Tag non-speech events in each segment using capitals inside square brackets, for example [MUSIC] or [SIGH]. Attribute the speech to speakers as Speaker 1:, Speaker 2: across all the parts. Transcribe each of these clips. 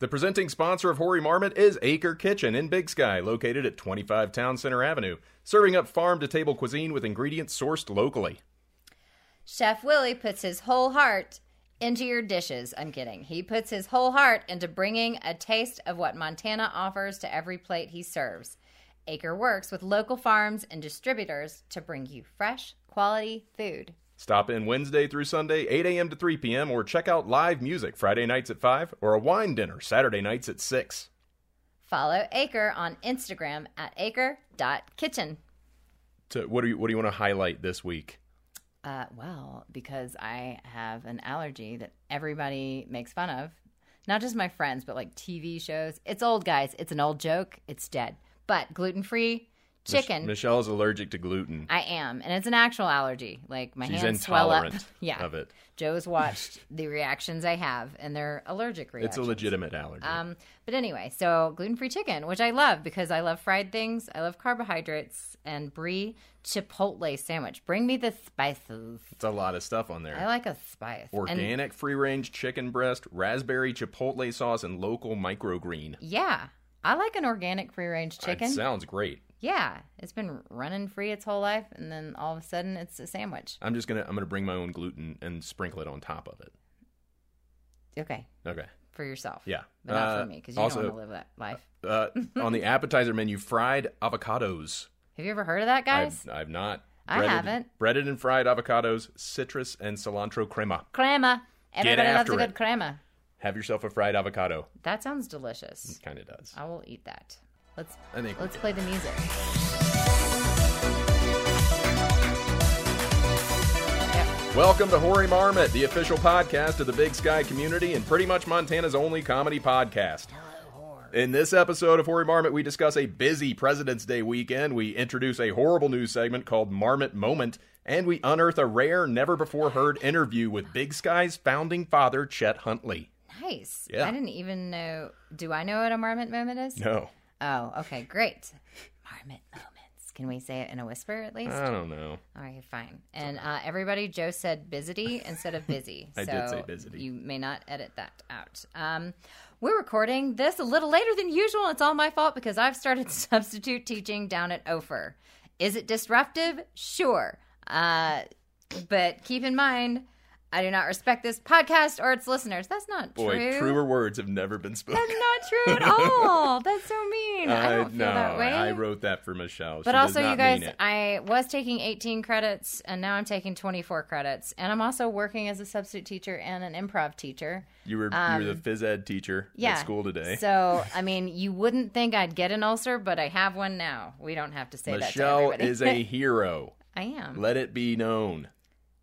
Speaker 1: The presenting sponsor of Hori Marmot is Acre Kitchen in Big Sky, located at 25 Town Center Avenue, serving up farm to table cuisine with ingredients sourced locally.
Speaker 2: Chef Willie puts his whole heart into your dishes. I'm kidding. He puts his whole heart into bringing a taste of what Montana offers to every plate he serves. Acre works with local farms and distributors to bring you fresh, quality food.
Speaker 1: Stop in Wednesday through Sunday, 8 a.m. to 3 p.m., or check out live music Friday nights at 5 or a wine dinner Saturday nights at 6.
Speaker 2: Follow Acre on Instagram at acre.kitchen.
Speaker 1: So what, do you, what do you want to highlight this week?
Speaker 2: Uh, well, because I have an allergy that everybody makes fun of, not just my friends, but like TV shows. It's old, guys. It's an old joke. It's dead. But gluten free
Speaker 1: Mich-
Speaker 2: chicken,
Speaker 1: Michelle is allergic to gluten.
Speaker 2: I am. And it's an actual allergy. Like my
Speaker 1: She's
Speaker 2: hands swell up. [LAUGHS]
Speaker 1: intolerant
Speaker 2: yeah.
Speaker 1: of it.
Speaker 2: Joe's watched [LAUGHS] the reactions I have, and they're allergic reactions.
Speaker 1: It's a legitimate allergy.
Speaker 2: Um, but anyway, so gluten free chicken, which I love because I love fried things, I love carbohydrates, and brie chipotle sandwich. Bring me the spices.
Speaker 1: it's a lot of stuff on
Speaker 2: I
Speaker 1: there.
Speaker 2: like a spice. And-
Speaker 1: Organic free range chicken breast, raspberry chipotle sauce, and local microgreen.
Speaker 2: yeah. I like an organic free range
Speaker 1: It
Speaker 2: chicken.
Speaker 1: sounds great.
Speaker 2: yeah. It's been running free its whole life, and then all of a sudden it's a sandwich.
Speaker 1: I'm just gonna I'm gonna bring my own gluten and sprinkle it on top of it.
Speaker 2: Okay.
Speaker 1: Okay.
Speaker 2: For yourself.
Speaker 1: Yeah.
Speaker 2: But not
Speaker 1: Uh,
Speaker 2: for me because you
Speaker 1: also-
Speaker 2: don't want to live that life.
Speaker 1: Uh, on the appetizer menu, fried avocados.
Speaker 2: Have you ever heard of that, guys?
Speaker 1: I've, I've not.
Speaker 2: I
Speaker 1: Breaded-
Speaker 2: haven't.
Speaker 1: Breaded and fried avocados, citrus and cilantro crema.
Speaker 2: crema. Everybody loves
Speaker 1: after
Speaker 2: a
Speaker 1: it.
Speaker 2: good crema.
Speaker 1: Have yourself a fried avocado.
Speaker 2: That sounds delicious.
Speaker 1: Kind of does.
Speaker 2: I will eat that. Let's
Speaker 1: I think we
Speaker 2: Uh, let's
Speaker 1: did.
Speaker 2: play the music. Yep.
Speaker 1: Welcome to Hori Marmot, the official podcast of the Big Sky community and pretty much Montana's only comedy podcast. In this episode of Hori Marmot, we discuss a busy President's Day weekend. We introduce a horrible news segment called Marmot Moment, and we unearth a rare, never before heard interview with Big Sky's founding father, Chet Huntley.
Speaker 2: Nice.
Speaker 1: Yeah.
Speaker 2: I didn't even know. Do I know what a marmot moment is?
Speaker 1: No,
Speaker 2: Oh, okay, great. Marmot moments. Can we say it in a whisper at least?
Speaker 1: I don't know.
Speaker 2: All right, fine. And uh, everybody, Joe said busy instead of busy.
Speaker 1: [LAUGHS] I
Speaker 2: so
Speaker 1: did say busy.
Speaker 2: You may not edit that out. Um, we're recording this a little later than usual. It's all my fault because I've started [LAUGHS] substitute teaching down at Ophir. Is it disruptive? Sure. Uh, but keep in mind, I do not respect this podcast or its listeners. That's not
Speaker 1: Boy,
Speaker 2: true.
Speaker 1: truer words have never been spoken.
Speaker 2: That's not true at
Speaker 1: [LAUGHS]
Speaker 2: all. That's so mean. I don't feel
Speaker 1: Uh, no,
Speaker 2: that way.
Speaker 1: I wrote that for Michelle.
Speaker 2: But
Speaker 1: she
Speaker 2: also,
Speaker 1: does not
Speaker 2: you guys,
Speaker 1: mean it.
Speaker 2: I was taking 18 credits and now I'm taking 24 credits. And I'm also working as a substitute teacher and an improv teacher.
Speaker 1: you were you were the phys ed teacher
Speaker 2: um, Yeah.
Speaker 1: at school today.
Speaker 2: So, I mean, you wouldn't think I'd get an ulcer, but I have one now. We don't have to say
Speaker 1: Michelle
Speaker 2: that to everybody.
Speaker 1: is
Speaker 2: [LAUGHS]
Speaker 1: a hero.
Speaker 2: I am.
Speaker 1: Let it be known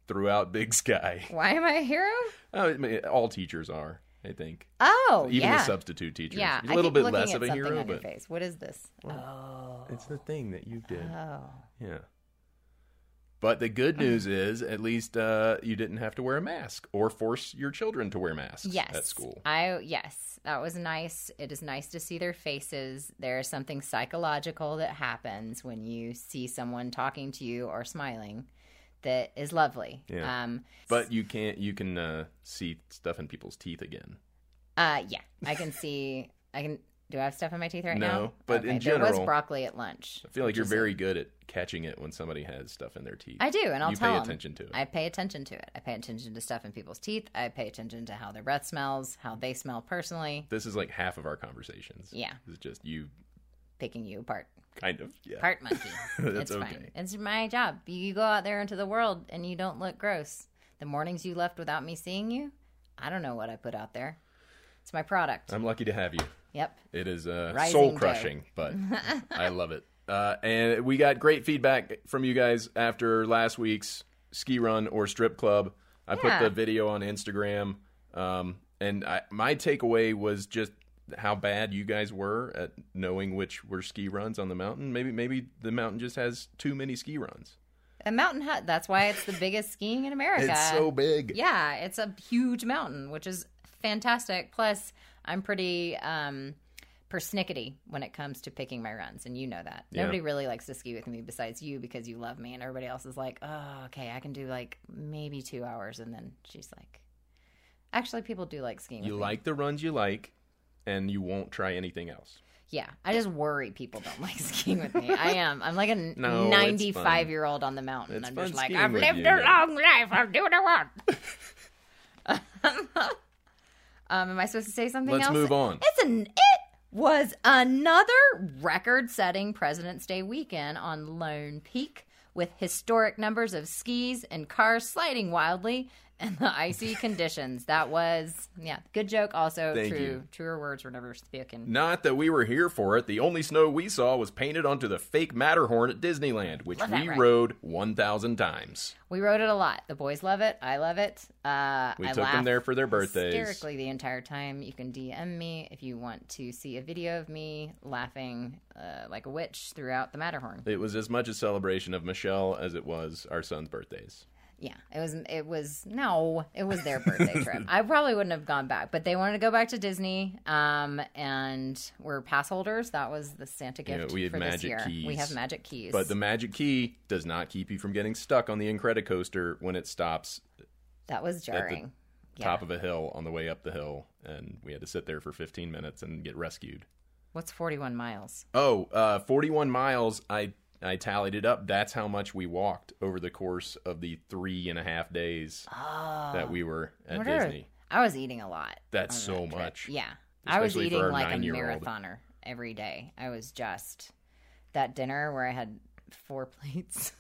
Speaker 1: throughout Big Sky. [LAUGHS]
Speaker 2: Why am I a hero?
Speaker 1: Oh, I mean, all teachers are, I think.
Speaker 2: Oh,
Speaker 1: Even
Speaker 2: yeah.
Speaker 1: the substitute teachers.
Speaker 2: yeah.
Speaker 1: a
Speaker 2: I
Speaker 1: little
Speaker 2: keep
Speaker 1: bit
Speaker 2: looking
Speaker 1: less
Speaker 2: at
Speaker 1: of a
Speaker 2: something
Speaker 1: hero,
Speaker 2: on your
Speaker 1: but
Speaker 2: face. What is this? Oh.
Speaker 1: it's the thing that you did.
Speaker 2: Oh. Uh-huh.
Speaker 1: Yeah. But the good news is, at least uh, you didn't have to wear a mask or force your children to wear masks
Speaker 2: Yes.
Speaker 1: at school.
Speaker 2: I yes, that was nice. It is nice to see their faces. There is something psychological that happens when you see someone talking to you or smiling that is lovely.
Speaker 1: Yeah.
Speaker 2: Um
Speaker 1: But you can't. You can uh, see stuff in people's teeth again.
Speaker 2: uh yeah, I can see [LAUGHS] I can do I have stuff in my teeth right
Speaker 1: No,
Speaker 2: now?
Speaker 1: but in
Speaker 2: there
Speaker 1: general-
Speaker 2: was broccoli at lunch.
Speaker 1: I feel like
Speaker 2: which
Speaker 1: you're
Speaker 2: is-
Speaker 1: very good at catching it when somebody has stuff in their teeth.
Speaker 2: I do, and I'll
Speaker 1: you
Speaker 2: tell
Speaker 1: pay
Speaker 2: 'em.
Speaker 1: attention to it.
Speaker 2: I pay attention to it. I pay attention to stuff in people's teeth. I pay attention to how their breath smells, how they smell personally.
Speaker 1: this is like half of our conversations.
Speaker 2: Yeah.
Speaker 1: It's just you
Speaker 2: Picking you apart.
Speaker 1: kind of. Yeah. [LAUGHS]
Speaker 2: Part monkey.
Speaker 1: That's
Speaker 2: it's
Speaker 1: okay.
Speaker 2: fine. It's my job. You go out there into the world and you don't look gross. The mornings you left without me seeing you, I don't know what I put out there. It's my product.
Speaker 1: I'm lucky to have you.
Speaker 2: yep.
Speaker 1: It is uh,
Speaker 2: Rising
Speaker 1: soul crushing,
Speaker 2: [LAUGHS]
Speaker 1: but I love it. Uh, and we got great feedback from you guys after last week's ski run or strip club. I put
Speaker 2: Yeah.
Speaker 1: the video on Instagram, um, and I, my takeaway was just how bad you guys were at knowing which were ski runs on the mountain. Maybe maybe the mountain just has too many ski runs.
Speaker 2: A mountain hut. That's why it's the biggest skiing in America.
Speaker 1: It's so big.
Speaker 2: yeah, it's a huge mountain, which is fantastic. Plus, I'm pretty um, persnickety when it comes to picking my runs, and you know that.
Speaker 1: Yeah.
Speaker 2: Nobody really likes to ski with me besides you because you love me, and everybody else is like, "Oh, okay, I can do like maybe two hours," and then she's like, "Actually, people do like skiing."
Speaker 1: You
Speaker 2: with me.
Speaker 1: like the runs you like, and you won't try anything else.
Speaker 2: Yeah, I just worry people don't [LAUGHS] like skiing with me. I am. I'm like a
Speaker 1: No, it's
Speaker 2: 95
Speaker 1: fun.
Speaker 2: year old on the mountain.
Speaker 1: It's
Speaker 2: I'm
Speaker 1: fun
Speaker 2: just like,
Speaker 1: skiing
Speaker 2: I've
Speaker 1: with
Speaker 2: lived
Speaker 1: you,
Speaker 2: a
Speaker 1: though."
Speaker 2: long life. I'll do what I want. [LAUGHS] um, am I supposed to say something
Speaker 1: Let's
Speaker 2: else?
Speaker 1: move on.
Speaker 2: It's an it was another record-setting President's Day weekend on Lone Peak with historic numbers of skis and cars sliding wildly and
Speaker 1: [LAUGHS]
Speaker 2: the icy conditions. That was yeah, good joke also
Speaker 1: Thank
Speaker 2: true.
Speaker 1: you.
Speaker 2: Truer words were never spoken.
Speaker 1: Not that we were here for it. The only snow we saw was painted onto the fake Matterhorn at Disneyland, which
Speaker 2: Love that
Speaker 1: we
Speaker 2: ride.
Speaker 1: rode 1,000 times.
Speaker 2: We rode it a lot. The boys love it. I love it. Uh,
Speaker 1: We
Speaker 2: I
Speaker 1: took them
Speaker 2: laugh
Speaker 1: there for their birthdays.
Speaker 2: hysterically the entire time. You can DM me if you want to see a video of me laughing uh, like a witch throughout the Matterhorn.
Speaker 1: It was as much a celebration of Michelle as it was our son's birthdays.
Speaker 2: Yeah, it was. It was no, it was their
Speaker 1: [LAUGHS]
Speaker 2: birthday trip. I probably wouldn't have gone back, but they wanted to go back to Disney. Um, and we're pass holders. That was the Santa
Speaker 1: Yeah,
Speaker 2: gift
Speaker 1: we had
Speaker 2: for this
Speaker 1: magic
Speaker 2: year. We
Speaker 1: keys.
Speaker 2: have magic keys.
Speaker 1: But the magic key does not keep you from getting stuck on the Incredicoaster when it stops
Speaker 2: that was jarring. Yeah.
Speaker 1: top of a hill on the way up the hill, and we had to sit there for 15 minutes and get rescued.
Speaker 2: What's forty-one miles?
Speaker 1: Oh, uh, 41 miles. I I tallied it up. That's how much we walked over the course of the three and a half days
Speaker 2: Oh,
Speaker 1: that we were at
Speaker 2: what are-
Speaker 1: Disney.
Speaker 2: I was eating a lot.
Speaker 1: That's
Speaker 2: on
Speaker 1: so
Speaker 2: that trip.
Speaker 1: much.
Speaker 2: Yeah. I was
Speaker 1: Especially for
Speaker 2: eating
Speaker 1: our
Speaker 2: like a
Speaker 1: nine-year-old.
Speaker 2: marathoner every day. I was just that dinner where I had four [LAUGHS] plates.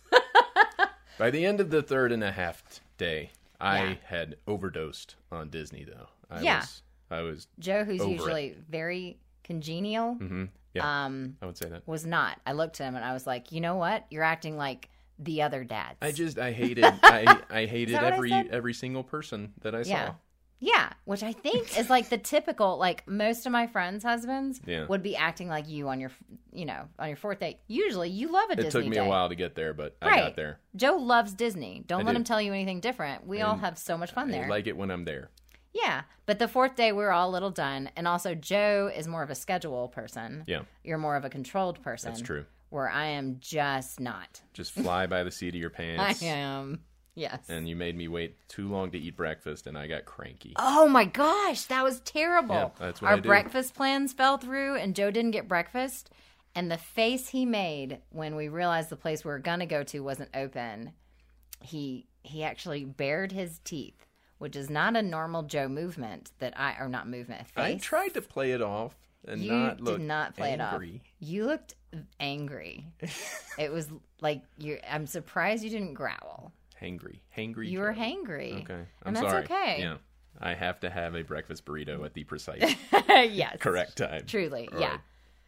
Speaker 1: By the end of the third and a half t- day, I
Speaker 2: Yeah.
Speaker 1: had overdosed on Disney. Though I
Speaker 2: Yeah.
Speaker 1: was, I was.
Speaker 2: Joe, who's
Speaker 1: Over it.
Speaker 2: usually very congenial,
Speaker 1: mhm, Yeah,
Speaker 2: um,
Speaker 1: I would say that.
Speaker 2: was not. I looked at him and I was like, you know what? You're acting like the other dads.
Speaker 1: I just
Speaker 2: [LAUGHS]
Speaker 1: I hated I I hated
Speaker 2: that what I
Speaker 1: every
Speaker 2: said?
Speaker 1: every single person that I
Speaker 2: Yeah.
Speaker 1: saw.
Speaker 2: Yeah, which I think is like the typical like most of my friends' husbands
Speaker 1: Yeah.
Speaker 2: would be acting like you on your you know on your fourth date. Usually, you love a
Speaker 1: It
Speaker 2: Disney
Speaker 1: took me
Speaker 2: day.
Speaker 1: a while to get there, but I
Speaker 2: Right.
Speaker 1: got there.
Speaker 2: Joe loves Disney. Don't
Speaker 1: I
Speaker 2: let
Speaker 1: do.
Speaker 2: him tell you anything different. We all
Speaker 1: And
Speaker 2: have so much fun
Speaker 1: I
Speaker 2: there.
Speaker 1: like it when I'm there.
Speaker 2: yeah. But the fourth day, we were all a little done. And also, Joe is more of a schedule person.
Speaker 1: Yeah,
Speaker 2: You're more of a controlled person.
Speaker 1: that's true.
Speaker 2: Where I am just not.
Speaker 1: Just fly by the seat of your pants.
Speaker 2: [LAUGHS] I am. Yes.
Speaker 1: And you made me wait too long to eat breakfast, and I got cranky.
Speaker 2: Oh my gosh, that was terrible.
Speaker 1: Yeah, that's what
Speaker 2: Our
Speaker 1: I do.
Speaker 2: breakfast plans fell through and Joe didn't get breakfast. And the face he made when we realized the place we were gonna go to wasn't open, he he actually bared his teeth, which is not a normal Joe movement that I or not movement, a
Speaker 1: I
Speaker 2: face.
Speaker 1: tried to play it off and
Speaker 2: you
Speaker 1: not look
Speaker 2: did not play it
Speaker 1: angry.
Speaker 2: off. You looked
Speaker 1: [LAUGHS]
Speaker 2: angry. it was like you I'm surprised you didn't growl.
Speaker 1: Hangry, hangry.
Speaker 2: You were
Speaker 1: Joe.
Speaker 2: hangry.
Speaker 1: Okay, I'm
Speaker 2: and that's
Speaker 1: sorry.
Speaker 2: okay.
Speaker 1: Yeah, I have to have a breakfast burrito at the precise
Speaker 2: [LAUGHS] yes.
Speaker 1: [LAUGHS] correct time.
Speaker 2: Truly.
Speaker 1: or
Speaker 2: Yeah.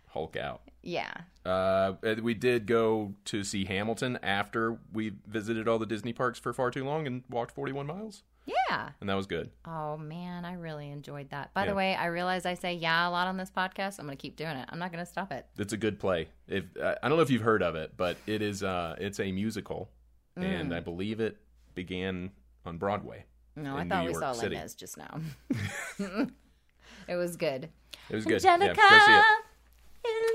Speaker 1: Hulk out.
Speaker 2: Yeah.
Speaker 1: Uh, and we did go to see Hamilton after we visited all the Disney parks for far too long and walked 41 miles,
Speaker 2: Yeah.
Speaker 1: and that was good.
Speaker 2: Oh man, I really enjoyed that. By
Speaker 1: Yeah.
Speaker 2: the way, I realize I say yeah a lot on this podcast. I'm going to keep doing it. I'm not going to stop it.
Speaker 1: It's a good play. If I I don't know if you've heard of it, but it is. Uh, it's a musical,
Speaker 2: Mm.
Speaker 1: and I believe it began on Broadway.
Speaker 2: No, I
Speaker 1: In
Speaker 2: thought
Speaker 1: New
Speaker 2: we
Speaker 1: York
Speaker 2: saw
Speaker 1: City.
Speaker 2: Linda's just
Speaker 1: [LAUGHS]
Speaker 2: now. [LAUGHS] it was good.
Speaker 1: It was good. Yeah,
Speaker 2: Angelica,
Speaker 1: go see it.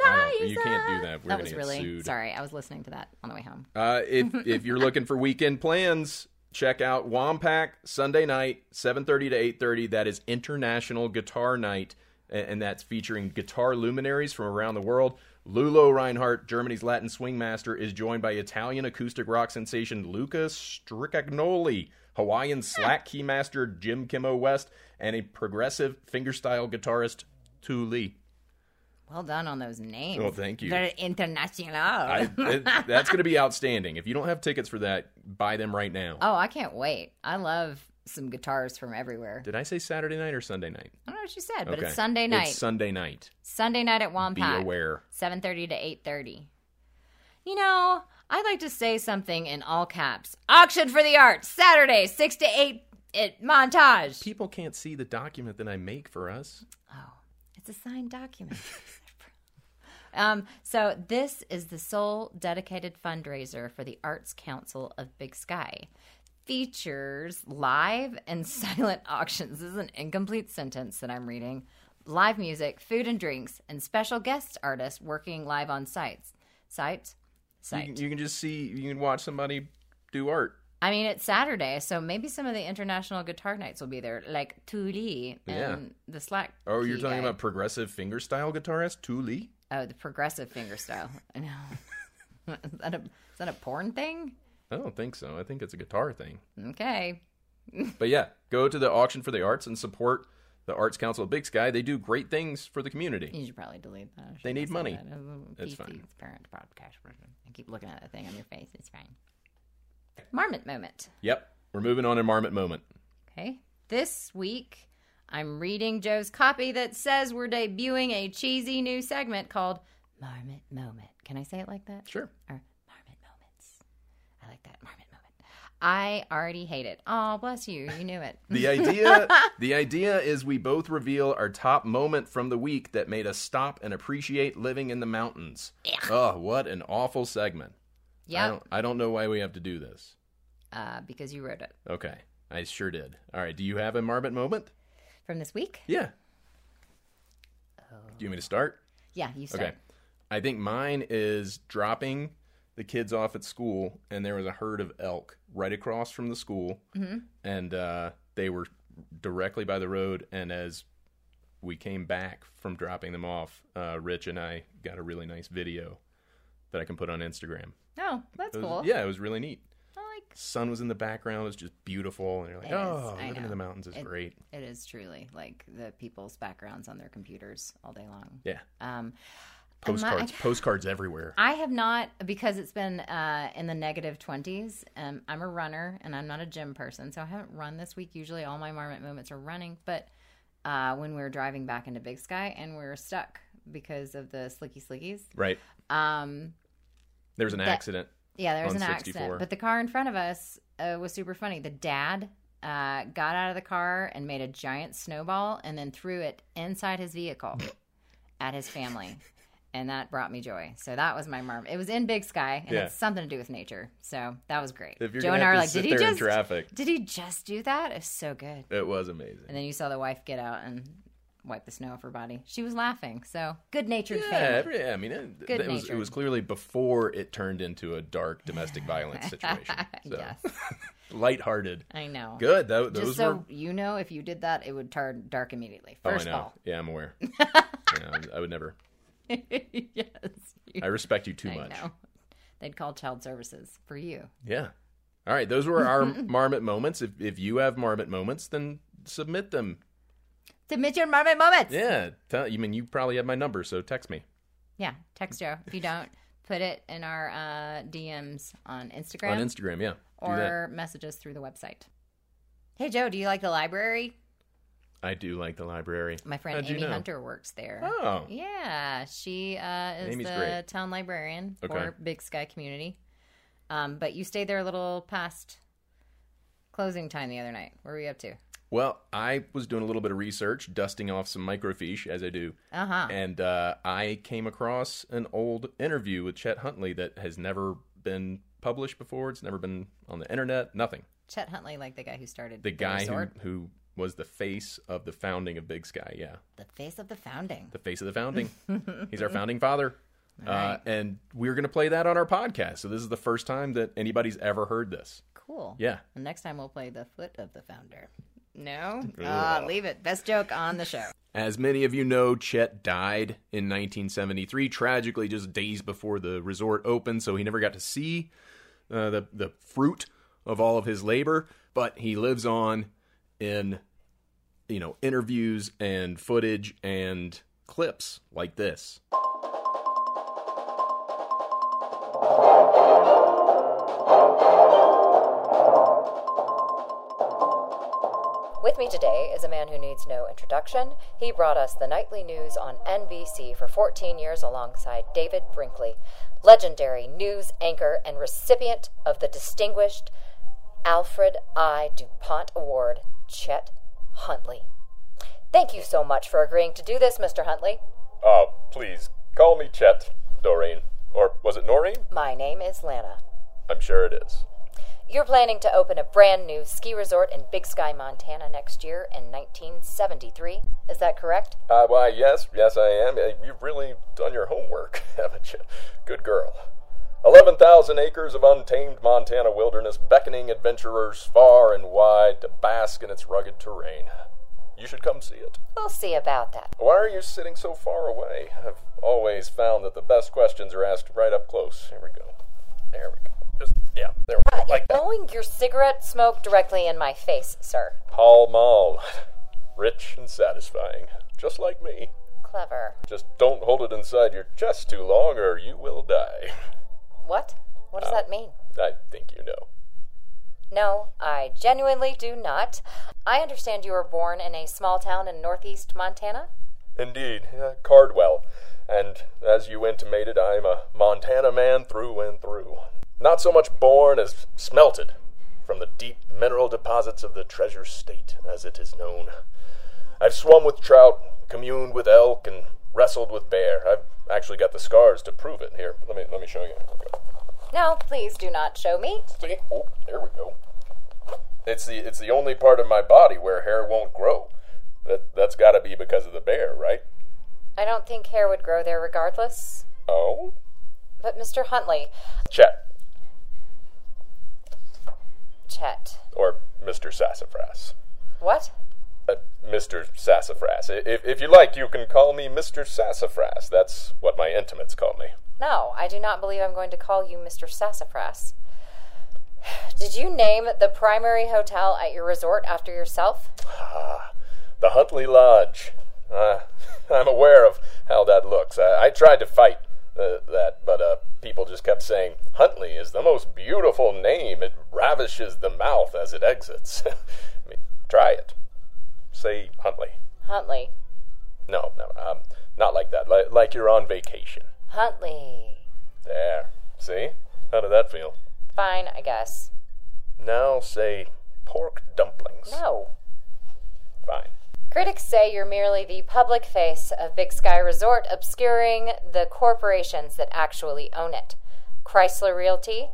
Speaker 2: Eliza.
Speaker 1: you can't do that. We're
Speaker 2: that
Speaker 1: gonna
Speaker 2: was
Speaker 1: get
Speaker 2: really
Speaker 1: sued.
Speaker 2: sorry. I was listening to that on the way home.
Speaker 1: Uh, if if you're looking for weekend plans, check out Wampack Sunday night, 7:30 to 8:30. That is International Guitar Night, a- and that's featuring guitar luminaries from around the world. Lulo Reinhardt, Germany's Latin swing master, is joined by Italian acoustic rock sensation Luca Stricagnoli, Hawaiian slack key master Jim Kimmo West, and a progressive fingerstyle guitarist Tu Lee.
Speaker 2: Well done on those names.
Speaker 1: Well, Oh, thank you.
Speaker 2: They're international.
Speaker 1: I, it- that's going to be outstanding. If you don't have tickets for that, buy them right now.
Speaker 2: oh, I can't wait. I love some guitars from everywhere.
Speaker 1: Did I say Saturday night or Sunday night?
Speaker 2: I don't know what you said, but
Speaker 1: Okay.
Speaker 2: it's Sunday night.
Speaker 1: It's Sunday night.
Speaker 2: Sunday night at
Speaker 1: Be
Speaker 2: Wampat.
Speaker 1: aware.
Speaker 2: 7:30 to 8:30. You know, I'd like to say something in all caps. Auction for the arts, Saturday, 6 to 8 at Montage.
Speaker 1: People can't see the document that I make for us.
Speaker 2: Oh, it's a signed document. [LAUGHS] um, so this is the sole dedicated fundraiser for the Arts Council of Big Sky. Features live and [LAUGHS] silent auctions. This is an incomplete sentence that I'm reading. Live music, food and drinks, and special guest artists working live on sites. Sites?
Speaker 1: You
Speaker 2: Site.
Speaker 1: can, you can just see, you can watch somebody do art.
Speaker 2: I mean, it's Saturday, so maybe some of the international guitar nights will be there, like Tuli and
Speaker 1: Yeah.
Speaker 2: the Slack.
Speaker 1: Oh, you're
Speaker 2: key
Speaker 1: talking
Speaker 2: guy.
Speaker 1: about progressive fingerstyle guitarist Thule?
Speaker 2: oh the progressive finger style. I know. [LAUGHS] is that a is that a porn thing?
Speaker 1: I don't think so. I think it's a guitar thing.
Speaker 2: Okay,
Speaker 1: But yeah, go to the auction for the arts and support the Arts Council of Big Sky. They do great things for the community.
Speaker 2: you should probably delete that. I
Speaker 1: They
Speaker 2: shouldn't
Speaker 1: need
Speaker 2: have said
Speaker 1: money.
Speaker 2: that. Uh,
Speaker 1: It's
Speaker 2: PC,
Speaker 1: fine.
Speaker 2: It's parent podcast version. I keep looking at that thing on your face. It's fine. Marmot moment.
Speaker 1: Yep, we're moving on in Marmot Moment.
Speaker 2: Okay. This week, I'm reading Joe's copy that says we're debuting a cheesy new segment called Marmot Moment. Can I say it like that?
Speaker 1: Sure.
Speaker 2: Or Marmot Moments. I like that. Marmot Moment. I already hate it. Oh, bless you. You
Speaker 1: [LAUGHS]
Speaker 2: knew it.
Speaker 1: The idea the idea is we both reveal our top moment from the week that made us stop and appreciate living in the mountains. Oh, what an awful segment. I
Speaker 2: yep.
Speaker 1: don't I don't know why we have to do this.
Speaker 2: Uh, because you wrote it.
Speaker 1: Okay. I sure did. All right, do you have a Marmot moment?
Speaker 2: From this week?
Speaker 1: Yeah. Do you want me to start?
Speaker 2: Yeah, you said.
Speaker 1: Okay. I think mine is dropping the kids off at school, and there was a herd of elk right across from the school,
Speaker 2: Mm-hmm.
Speaker 1: and uh, they were directly by the road. And as we came back from dropping them off, uh, Rich and I got a really nice video that I can put on Instagram.
Speaker 2: Oh, that's
Speaker 1: It was-
Speaker 2: cool.
Speaker 1: Yeah, it was really neat.
Speaker 2: I like
Speaker 1: Sun was in the background; it was just beautiful, and you're like,
Speaker 2: It is,
Speaker 1: "Oh,
Speaker 2: I
Speaker 1: living
Speaker 2: know.
Speaker 1: in the mountains is
Speaker 2: It-
Speaker 1: great."
Speaker 2: It is truly like the people's backgrounds on their computers all day long.
Speaker 1: Yeah,
Speaker 2: Um, and my- [LAUGHS]
Speaker 1: postcards, postcards everywhere.
Speaker 2: I have not because it's been uh, in the negative twenties. Um, I'm a runner and I'm not a gym person, so I haven't run this week. Usually, all my marmot moments are running, but uh, when we were driving back into Big Sky and we were stuck because of the slicky slickies,
Speaker 1: Right?
Speaker 2: um,
Speaker 1: There was an accident.
Speaker 2: yeah, there was
Speaker 1: On
Speaker 2: an
Speaker 1: 64.
Speaker 2: accident. But the car in front of us uh, was super funny. The dad uh, got out of the car and made a giant snowball and then threw it inside his vehicle at his family. And that brought me joy. So that was my marm. It was in Big Sky, and
Speaker 1: Yeah.
Speaker 2: it's something to do with nature. So that was great.
Speaker 1: If you're
Speaker 2: Joe
Speaker 1: gonna
Speaker 2: and I
Speaker 1: have
Speaker 2: were
Speaker 1: to
Speaker 2: like,
Speaker 1: sit
Speaker 2: "Did he
Speaker 1: there in
Speaker 2: just?
Speaker 1: traffic,
Speaker 2: Did he just do that? It's so good."
Speaker 1: it was amazing.
Speaker 2: And then you saw the wife get out and wipe the snow off her body. She was laughing. So good natured
Speaker 1: Yeah,
Speaker 2: family.
Speaker 1: every- I mean, it,
Speaker 2: Good
Speaker 1: it was it
Speaker 2: natured.
Speaker 1: was clearly before it turned into a dark
Speaker 2: [LAUGHS]
Speaker 1: domestic violence situation. So,
Speaker 2: Yes,
Speaker 1: [LAUGHS] lighthearted,
Speaker 2: I know.
Speaker 1: good. Tho- those
Speaker 2: Just so
Speaker 1: were.
Speaker 2: you know, if you did that, it would turn dark immediately.
Speaker 1: Oh,
Speaker 2: First
Speaker 1: I
Speaker 2: of
Speaker 1: know.
Speaker 2: all, [LAUGHS]
Speaker 1: Yeah, I'm aware. yeah, I'm- I would never.
Speaker 2: yes, you
Speaker 1: I respect you too
Speaker 2: I
Speaker 1: much.
Speaker 2: know. They'd call child services for you.
Speaker 1: Yeah. All right, those were
Speaker 2: [LAUGHS]
Speaker 1: our marmot moments. If if you have marmot moments, then submit them.
Speaker 2: Submit your marmot moments. Yeah.
Speaker 1: Yeah, tell, you mean you probably have my number, so text me.
Speaker 2: text Joe if you don't. Put it in our uh, DMs on Instagram
Speaker 1: on Instagram. Yeah, do that.
Speaker 2: or message us through the website. Hey Joe, do you like the library?
Speaker 1: I do like the library.
Speaker 2: My friend
Speaker 1: How'd you
Speaker 2: Amy
Speaker 1: know?
Speaker 2: Hunter works there.
Speaker 1: Oh,
Speaker 2: Yeah, she uh, is
Speaker 1: Amy's
Speaker 2: the
Speaker 1: great.
Speaker 2: town librarian for
Speaker 1: Okay.
Speaker 2: Big Sky Community. Um, but you stayed there a little past closing time the other night. What were you up to?
Speaker 1: well, I was doing a little bit of research, dusting off some microfiche as I do.
Speaker 2: Uh huh.
Speaker 1: and uh, I came across an old interview with Chet Huntley that has never been published before. It's never been on the internet. Nothing.
Speaker 2: Chet Huntley, like the guy who started
Speaker 1: The guy who,
Speaker 2: resort.
Speaker 1: who was the face of the founding of Big Sky. Yeah,
Speaker 2: the face of the founding.
Speaker 1: the face of the founding. [LAUGHS] He's our founding father. Uh, and we're going to play that on our podcast. So this is the first time that anybody's ever heard this.
Speaker 2: Cool.
Speaker 1: Yeah.
Speaker 2: And next time we'll play the foot of the founder. No, uh, leave it. Best joke on the
Speaker 3: [LAUGHS]
Speaker 2: show.
Speaker 1: As many of you know, Chet died in 1973, tragically just days before the resort opened, so he never got to see uh, the, the fruit of all of his labor, but he lives on in, you know, interviews and footage and clips like this.
Speaker 2: With me today is a man who needs no introduction. He brought us the nightly news on NBC for 14 years alongside David Brinkley, legendary news anchor and recipient of the distinguished Alfred I. DuPont Award, Chet Huntley. Thank you so much for agreeing to do this, Mr. Huntley.
Speaker 1: Oh, please, call me Chet, Noreen. Or was it Noreen?
Speaker 2: My name is Lana.
Speaker 1: I'm sure it is.
Speaker 2: You're planning to open a brand new ski resort in Big Sky, Montana next year in 1973. Is that correct?
Speaker 1: Uh, why, Uh, [LAUGHS] yes, yes, I am. You've really done your homework, haven't you? Good girl. 11,000 acres of untamed Montana wilderness beckoning adventurers far and wide to bask in its rugged terrain. You should come see it.
Speaker 3: We'll see about that.
Speaker 1: Why are you sitting so far away? I've always found that the best questions are asked right up close. Here we go. There we go. Just, yeah, there we go. Like that.
Speaker 3: Blowing your cigarette smoke directly in my face, sir.
Speaker 1: Pall Mall. [LAUGHS] Rich and satisfying. Just like me.
Speaker 3: Clever.
Speaker 1: Just don't hold it inside your chest too long or you will die. [LAUGHS]
Speaker 3: What? What
Speaker 1: Oh.
Speaker 3: does that mean?
Speaker 1: I think you know.
Speaker 3: No, I genuinely do not. I understand you were born in a small town in northeast Montana?
Speaker 1: Indeed, uh, Cardwell. And as you intimated, I'm a Montana man through and through. Not so much born as smelted from the deep mineral deposits of the Treasure State, as it is known. I've swum with trout, communed with elk, and wrestled with bear. I've actually got the scars to prove it. Here, let me let me show you.
Speaker 3: No, please do not show me.
Speaker 1: See? Oh, there we go. It's the it's the only part of my body where hair won't grow. That that's got to be because of the bear, right?
Speaker 3: I don't think hair would grow there regardless.
Speaker 1: Oh,
Speaker 3: But Mr. Huntley,
Speaker 1: Chet
Speaker 3: Chet.
Speaker 1: or Mister Sassafras,
Speaker 3: What?
Speaker 1: uh, Mister Sassafras. I- If if you like, you can call me Mister Sassafras. That's what my intimates call me.
Speaker 3: No, I do not believe I'm going to call you Mr. Sassafras. Did you name the primary hotel at your resort after yourself?
Speaker 1: The Huntley Lodge. Uh, [LAUGHS] I'm aware of how that looks. I, I tried to fight uh, that, but uh, people just kept saying, Huntley is the most beautiful name. It ravishes the mouth as it exits. [LAUGHS] I mean, try it. Say Huntley.
Speaker 3: Huntley.
Speaker 1: No, no, um, not like that. Like, like you're on vacation.
Speaker 3: Huntley.
Speaker 1: There. See? How did that feel?
Speaker 3: Fine, I guess.
Speaker 1: Now say pork dumplings.
Speaker 3: No.
Speaker 1: Fine.
Speaker 3: Critics say you're merely the public face of Big Sky Resort, obscuring the corporations that actually own it Chrysler Realty,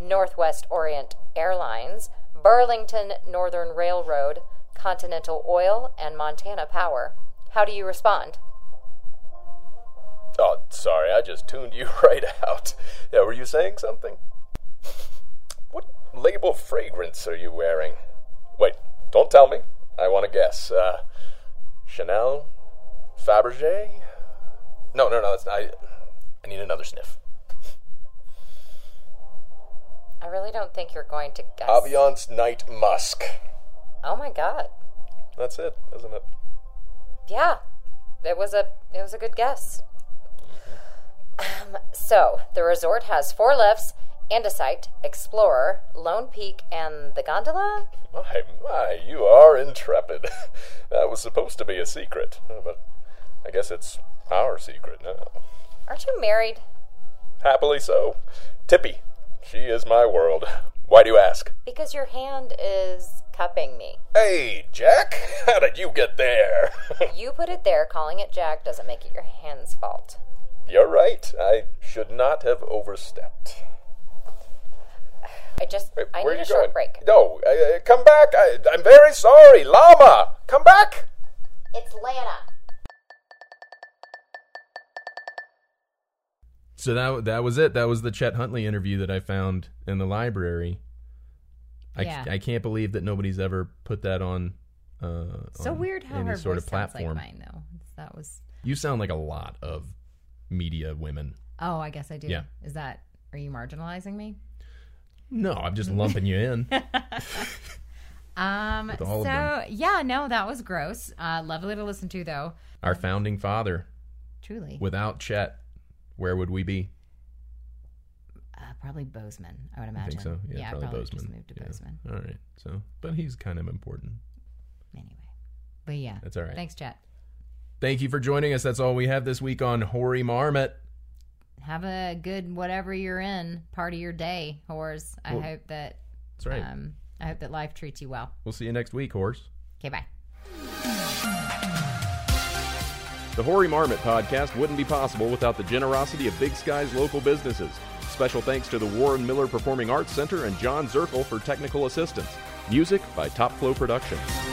Speaker 3: Northwest Orient Airlines, Burlington Northern Railroad, Continental Oil, and Montana Power. How do you respond?
Speaker 1: Oh, sorry, I just tuned you [LAUGHS] right out. Yeah, were you saying something? What label fragrance are you wearing? Wait, don't tell me. I want to guess. Uh, Chanel? Fabergé? No, no, no, that's not. I, I need another sniff.
Speaker 3: I really don't think you're going to guess.
Speaker 1: Aviance Night Musk.
Speaker 3: Oh my god.
Speaker 1: That's it, isn't it?
Speaker 3: Yeah. It was a it was a good guess. Um, so the resort has four lifts, Andesite, Explorer, Lone Peak, and the gondola?
Speaker 1: My, my, you are intrepid. [LAUGHS] that was supposed to be a secret, but I guess it's our secret now.
Speaker 3: Aren't you married?
Speaker 1: Happily so. Tippy, she is my world. Why do you ask?
Speaker 3: Because your hand is cupping me.
Speaker 1: Hey, Jack, how did you get there? [LAUGHS]
Speaker 3: You put it there, calling it Jack doesn't make it your hand's fault.
Speaker 1: You're right. I should not have overstepped.
Speaker 3: I just
Speaker 1: Wait,
Speaker 3: I
Speaker 1: where are
Speaker 3: need a
Speaker 1: you
Speaker 3: short
Speaker 1: going?
Speaker 3: break.
Speaker 1: No, uh, come back. I, I'm very sorry. Llama, come back.
Speaker 3: It's Lana.
Speaker 1: So that that was it. That was the Chet Huntley interview that I found in the library. I, c-
Speaker 2: Yeah.
Speaker 1: I can't believe that nobody's ever put that on. Uh,
Speaker 2: So
Speaker 1: on
Speaker 2: weird how
Speaker 1: any
Speaker 2: her
Speaker 1: sort
Speaker 2: voice
Speaker 1: of
Speaker 2: sounds
Speaker 1: platform.
Speaker 2: like mine, though. That was.
Speaker 1: You sound like a lot of media women.
Speaker 2: Oh, I guess I do.
Speaker 1: Yeah.
Speaker 2: Is that? Are you marginalizing me?
Speaker 1: No, I'm just lumping you
Speaker 2: [LAUGHS]
Speaker 1: in.
Speaker 2: Um.
Speaker 1: all of
Speaker 2: So yeah, no, that was gross. Uh, lovely to listen to, though.
Speaker 1: Our founding father.
Speaker 2: Truly.
Speaker 1: Without Chet, where would we be?
Speaker 2: Uh, probably Bozeman, I would imagine.
Speaker 1: think so. Yeah,
Speaker 2: I
Speaker 1: probably
Speaker 2: Just
Speaker 1: Bozeman.
Speaker 2: moved to
Speaker 1: Yeah.
Speaker 2: Bozeman
Speaker 1: All right. So, but he's kind of important.
Speaker 2: anyway. But yeah,
Speaker 1: That's all right.
Speaker 2: thanks, Chet.
Speaker 1: Thank you for joining us. That's all we have this week on Hoary Marmot.
Speaker 2: Have a good whatever you're in part of your day, whores. I
Speaker 1: Well,
Speaker 2: hope that
Speaker 1: That's right.
Speaker 2: um, I hope that life treats you well.
Speaker 1: we'll see you next week, horse.
Speaker 2: Okay, bye.
Speaker 1: The Hoary Marmot podcast wouldn't be possible without the generosity of Big Sky's local businesses. Special thanks to the Warren Miller Performing Arts Center and John Zirkel for technical assistance. Music by Top Flow Productions.